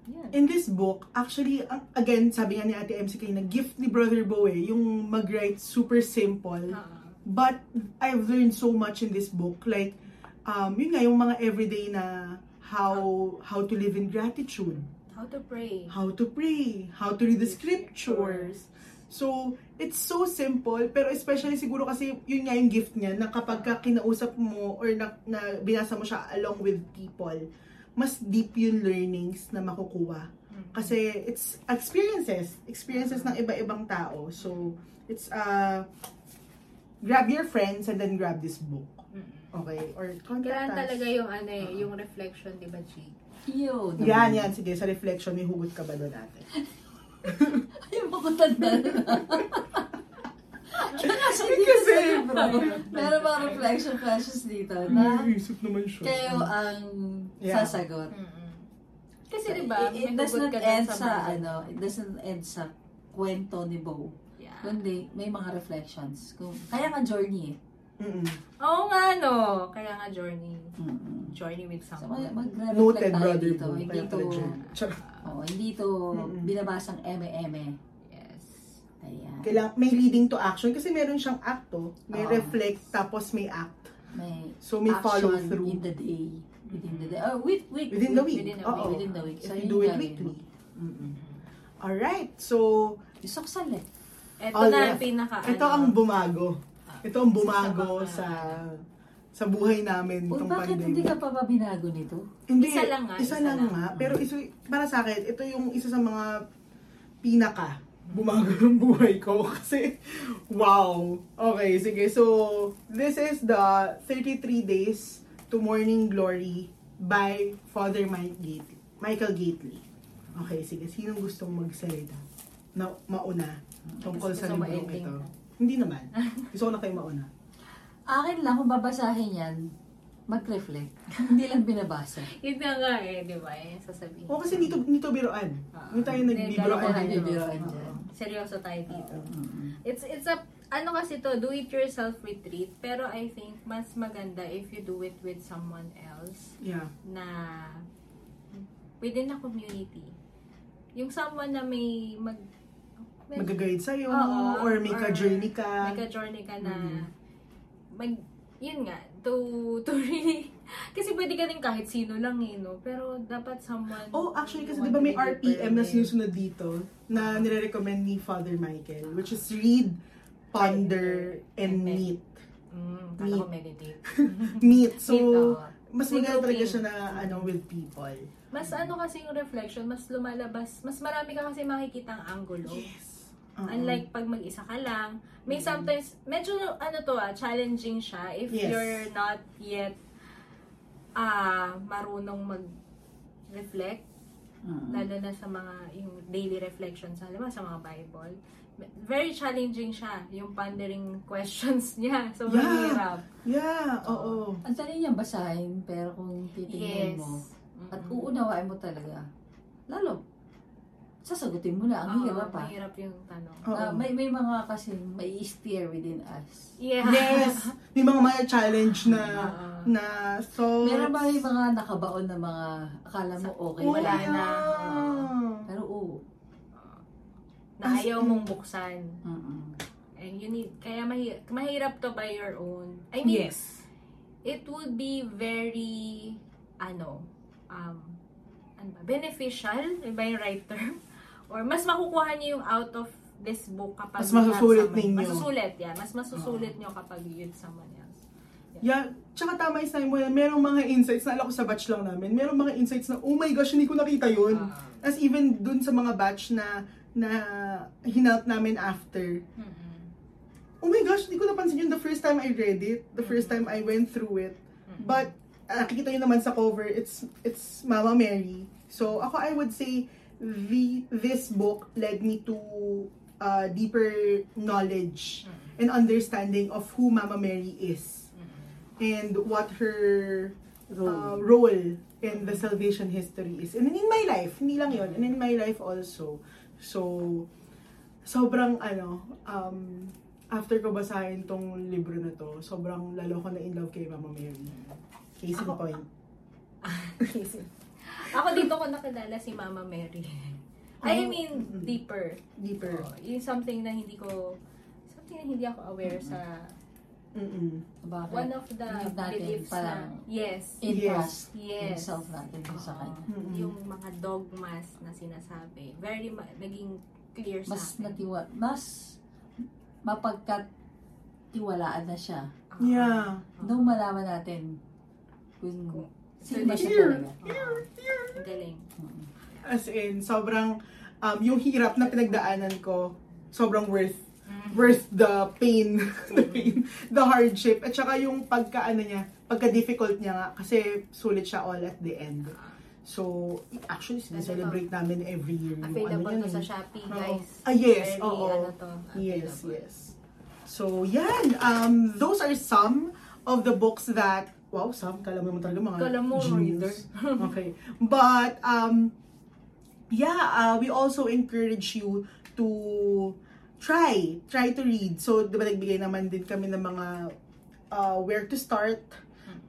Speaker 3: yun.
Speaker 2: In this book, actually, ang- again, sabi nga ni Ate MC kanina, gift ni Brother Boe, yung mag-write super simple.
Speaker 3: Ah.
Speaker 2: But I've learned so much in this book. Like, um, yun nga, yung mga everyday na how how to live in gratitude,
Speaker 3: how to pray.
Speaker 2: how to pray, how to read the scriptures. So, it's so simple, pero especially siguro kasi yun nga yung gift niya na kapag ka kinausap mo or na, na binasa mo siya along with people, mas deep yung learnings na makukuha.
Speaker 3: Mm-hmm.
Speaker 2: Kasi it's experiences, experiences ng iba-ibang tao. So, it's uh, grab your friends and then grab this book.
Speaker 3: Mm-mm.
Speaker 2: Okay? Or
Speaker 3: Mm-hmm. Kailangan
Speaker 2: contact us.
Speaker 3: talaga yung ano eh, yung reflection, di ba, Chi?
Speaker 1: Yo,
Speaker 2: Yan, yan. Sige, sa reflection, may hugot ka ba doon ate?
Speaker 1: Ay, makutanda na. Kaya nga, hindi ko
Speaker 2: Kasi-
Speaker 1: sa libro. Meron mga reflection flashes dito na
Speaker 2: Isip naman siya.
Speaker 1: Diba? kayo ang
Speaker 2: Mm-hmm. Yeah.
Speaker 1: sasagot.
Speaker 3: Kasi di
Speaker 1: It,
Speaker 3: ba,
Speaker 1: it
Speaker 3: may
Speaker 1: does
Speaker 3: hugot
Speaker 1: not
Speaker 3: ka dun
Speaker 1: end sa,
Speaker 3: Bible.
Speaker 1: ano, it doesn't end sa kwento ni Bo.
Speaker 3: Yeah.
Speaker 1: Kundi, may mga reflections. Kung, kaya nga journey eh.
Speaker 2: Mm-mm.
Speaker 3: Oo nga, no. Kaya nga, journey.
Speaker 1: Mm-mm.
Speaker 3: Journey with
Speaker 1: So,
Speaker 3: someone.
Speaker 1: mag- magre-reflect
Speaker 2: Noted,
Speaker 1: tayo
Speaker 2: brother.
Speaker 1: dito.
Speaker 2: Bo.
Speaker 1: Hindi
Speaker 2: Kaya
Speaker 1: to,
Speaker 2: pala journey. Charot.
Speaker 1: oh, hindi to
Speaker 2: Mm-mm.
Speaker 1: binabasang eme-eme.
Speaker 3: Yes.
Speaker 1: Ayan.
Speaker 2: Kailang, may leading to action kasi meron siyang act, oh. May
Speaker 1: Oo.
Speaker 2: reflect, tapos may act.
Speaker 1: May
Speaker 2: So, may
Speaker 1: action
Speaker 2: follow through.
Speaker 1: in the day. Within the day. Oh, week, week.
Speaker 2: Within the week.
Speaker 3: Within the
Speaker 2: Oo.
Speaker 3: week.
Speaker 1: Within the week. eh,
Speaker 2: If
Speaker 1: So, yun
Speaker 2: you do it
Speaker 1: gawin mo.
Speaker 2: weekly.
Speaker 1: Mm-mm.
Speaker 2: Alright, so
Speaker 1: Isaksal eh.
Speaker 3: Ito
Speaker 2: All left.
Speaker 3: na ang pinaka
Speaker 1: Ah,
Speaker 3: ano.
Speaker 2: Ito
Speaker 1: ano?
Speaker 2: ang bumago. Ito ang bumago
Speaker 3: Sa
Speaker 2: sa sa buhay namin
Speaker 1: Uy,
Speaker 2: itong
Speaker 1: bakit hindi ka pa ba binago nito?
Speaker 2: Hindi,
Speaker 3: Isa lang nga,
Speaker 2: Isa,
Speaker 3: isa
Speaker 2: lang,
Speaker 3: lang. Mm.
Speaker 2: nga. Pero isa, para sa akin, ito yung isa sa mga pinaka
Speaker 3: Mm.
Speaker 2: bumago ng buhay ko. Kasi, wow. Okay, sige. So, this is the 33 Days to Morning Glory by Father Mike Gately. Michael Gately. Okay, sige. Sinong gustong magsalita? Na, mauna. Tungkol
Speaker 3: Ah, Gusto-
Speaker 2: sa
Speaker 3: gusto mo
Speaker 2: librong
Speaker 3: ending
Speaker 2: ito.
Speaker 3: ka?
Speaker 2: Hindi naman. Gusto ko na kayo mauna.
Speaker 1: Akin lang, kung babasahin yan, mag-reflect. hindi lang binabasa.
Speaker 3: Yun na nga eh, di ba? Eh, sasabihin.
Speaker 2: O Oh, kasi dito, dito biroan.
Speaker 3: Ah.
Speaker 2: Hindi tayo nagbibiroan.
Speaker 1: tayo
Speaker 2: dito.
Speaker 1: nagbibiroan dyan.
Speaker 2: Oo.
Speaker 3: Seryoso tayo dito.
Speaker 1: Mm-mm.
Speaker 3: It's, it's a, ano kasi to, do it yourself retreat. Pero I think, mas maganda if you do it with someone else.
Speaker 2: Yeah.
Speaker 3: na within the community. Yung someone na may mag may-
Speaker 2: Mag-guide sa'yo,
Speaker 3: Oo,
Speaker 2: or may ka-journey ka.
Speaker 3: May ka-journey ka na
Speaker 2: Mm.
Speaker 3: mag yun nga to to really kasi pwede ka din kahit sino lang eh no pero dapat someone
Speaker 2: Oh, actually, kasi
Speaker 3: you
Speaker 2: di ba may
Speaker 3: want to
Speaker 2: RPM
Speaker 3: be
Speaker 2: na
Speaker 3: deeper with.
Speaker 2: sinusunod dito na nire-recommend ni Father Michael, which is read, ponder, and meet.
Speaker 3: Mm, kala ko
Speaker 2: Meet.
Speaker 3: meditate.
Speaker 2: Meet.
Speaker 3: Meet, oh.
Speaker 2: So,
Speaker 3: oo.
Speaker 2: mas maganda
Speaker 3: Meet
Speaker 2: talaga
Speaker 3: okay.
Speaker 2: siya na ano with people.
Speaker 3: Mas ano kasi yung reflection, mas lumalabas, mas marami ka kasi makikita ang angulo.
Speaker 2: Yes. Oo. Mm-hmm.
Speaker 3: Unlike pag mag-isa ka lang, may sometimes, medyo ano to ah, challenging siya if
Speaker 2: Yes.
Speaker 3: you're not yet ah marunong mag-reflect,
Speaker 2: Mm-hmm.
Speaker 1: Mm-mm.
Speaker 3: lalo na sa mga yung daily reflections, alam mo, sa mga Bible. Very challenging siya, yung pondering questions niya. So,
Speaker 2: Yeah.
Speaker 3: mahirap.
Speaker 2: Yeah, oo.
Speaker 1: Ang dali niyang basahin, pero kung titingnan
Speaker 3: Yes.
Speaker 1: mo, at
Speaker 3: Mm-mm.
Speaker 1: uunawain mo talaga, lalo, sasagutin mo na, ang
Speaker 3: Oo,
Speaker 1: hirap ah. pa.
Speaker 3: Mahirap yung tanong.
Speaker 2: Oo.
Speaker 1: uh, may, may mga kasi may steer within us.
Speaker 3: Yeah.
Speaker 2: Yes! May mga mga challenge na
Speaker 3: Oo.
Speaker 2: na thoughts.
Speaker 1: Meron ba yung mga nakabaon na mga akala mo okay
Speaker 2: Oo,
Speaker 3: Wala
Speaker 2: Oh, yeah.
Speaker 3: na.
Speaker 1: Pero oo.
Speaker 3: na ayaw mong buksan.
Speaker 1: Mm-mm.
Speaker 3: And you need, kaya mahi- mahirap to by your own. I mean,
Speaker 2: Yes.
Speaker 3: it would be very, ano, um, ano ba, beneficial, yun ba yung right term? Or mas makukuha niyo yung out of this book kapag
Speaker 2: Mas
Speaker 3: you have
Speaker 2: masusulit
Speaker 3: someone-
Speaker 2: ninyo.
Speaker 3: Masusulit, yeah. Mas masusulit niyo kapag you with someone else.
Speaker 2: Yeah, tsaka tama yung sinabi mo yan. Merong mga insights, naalala ko sa batch lang namin, merong mga insights na, oh my gosh, hindi ko nakita yun.
Speaker 3: Ah.
Speaker 2: As even dun sa mga batch na na hinalt namin after. Oh
Speaker 3: Mm-mm.
Speaker 2: my gosh, hindi ko napansin yun the first time I read it, the first time I went through it. But ah, nakikita yun naman sa cover, it's it's Mama Mary. So ako I would say the this book led me to uh, deeper knowledge and understanding of who Mama Mary is and what her uh, role in the salvation history is. And in my life, hindi lang yon and in my life also. So, sobrang ano, um, after ko basahin tong libro na to, sobrang lalo ko na in love kay Mama Mary. Case in
Speaker 3: Ako-
Speaker 2: point. Case in-
Speaker 3: Ako dito ko nakilala si Mama Mary.
Speaker 2: Oh.
Speaker 3: I mean, deeper.
Speaker 2: Deeper.
Speaker 3: Oo, yung something na hindi ko, something na hindi ako aware sa
Speaker 2: Mm-mm.
Speaker 1: Bakit?
Speaker 3: one of the
Speaker 1: Believe natin,
Speaker 3: beliefs na,
Speaker 1: parang-
Speaker 3: yes,
Speaker 1: In
Speaker 2: Yes.
Speaker 1: trust.
Speaker 3: Yes. Mm-hmm.
Speaker 1: Yung self natin dun sa kanya. Mm-hmm.
Speaker 2: Mm-mm.
Speaker 3: yung mga dogmas na sinasabi, very ma- naging clear sa
Speaker 1: Mas
Speaker 3: akin.
Speaker 1: natiwa, mas mapagkatiwalaan na siya.
Speaker 2: Ah.
Speaker 3: Oo.
Speaker 2: Yeah.
Speaker 3: Oo.
Speaker 1: Nung malaman natin kung
Speaker 3: Kung-
Speaker 1: sino ba siya
Speaker 2: Here.
Speaker 1: talaga.
Speaker 2: Ah.
Speaker 3: Oo. Ang galing.
Speaker 1: Mm.
Speaker 2: As in, sobrang, um, yung hirap na pinagdaanan ko, sobrang worth
Speaker 3: Mm.
Speaker 1: Mm-hmm.
Speaker 2: worth the pain, the
Speaker 3: Mm-hmm.
Speaker 2: pain, the hardship, at saka yung pagka ano niya, pagka difficult niya nga, kasi sulit siya all at the end.
Speaker 3: Ah.
Speaker 2: So, actually, sineselebrate namin every year. yung
Speaker 3: Ano
Speaker 2: ano
Speaker 3: Available to
Speaker 2: niyan
Speaker 3: sa
Speaker 2: eh.
Speaker 3: Shopee,
Speaker 2: Oo.
Speaker 3: guys.
Speaker 2: Ah, yes,
Speaker 3: Very,
Speaker 2: oo.
Speaker 3: ano to,
Speaker 2: Yes,
Speaker 3: available.
Speaker 2: yes. So, yan. Um, those are some of the books that, wow, some, kala mo naman talaga mga
Speaker 3: Kala mo, reader.
Speaker 2: genius. okay. But, um, yeah, uh, we also encourage you to try, try to read. So, di ba nagbigay naman din kami ng mga uh, where to start.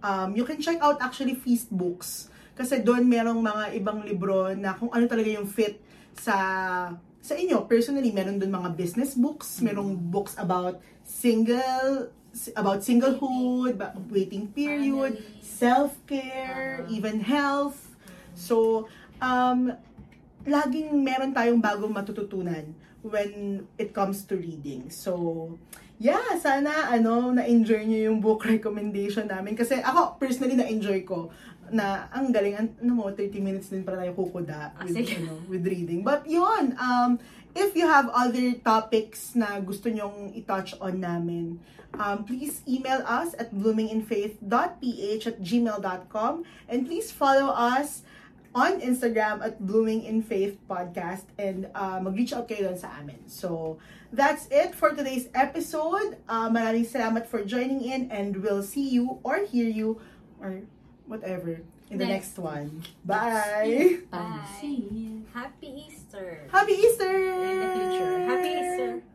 Speaker 2: Um, you can check out actually Feast Books. Kasi doon merong mga ibang libro na kung ano talaga yung fit sa sa inyo. Personally, meron doon mga business books,
Speaker 3: Hmm.
Speaker 2: merong books about single, about singlehood, ba- waiting period,
Speaker 3: Family.
Speaker 2: self-care,
Speaker 3: Ah.
Speaker 2: even health. So, um, laging meron tayong bagong matututunan when it comes to reading. So, yeah, sana ano na-enjoy niyo yung book recommendation namin kasi ako personally na-enjoy ko na ang galing an- ano mo 30 minutes din para tayo kukuda
Speaker 3: Ah,
Speaker 2: with,
Speaker 3: sige.
Speaker 2: ano, with reading. But yon um if you have other topics na gusto nyong i-touch on namin, um, please email us at bloominginfaith.ph at gmail.com and please follow us on Instagram at Blooming in Faith Podcast and uh, mag-reach out kayo doon sa amin. So, that's it for today's episode. Uh, maraming salamat for joining in and we'll see you or hear you or whatever in the next
Speaker 3: Next.
Speaker 2: one. Bye!
Speaker 1: Bye.
Speaker 3: Happy Easter.
Speaker 2: Happy Easter!
Speaker 3: In the future. Happy Easter.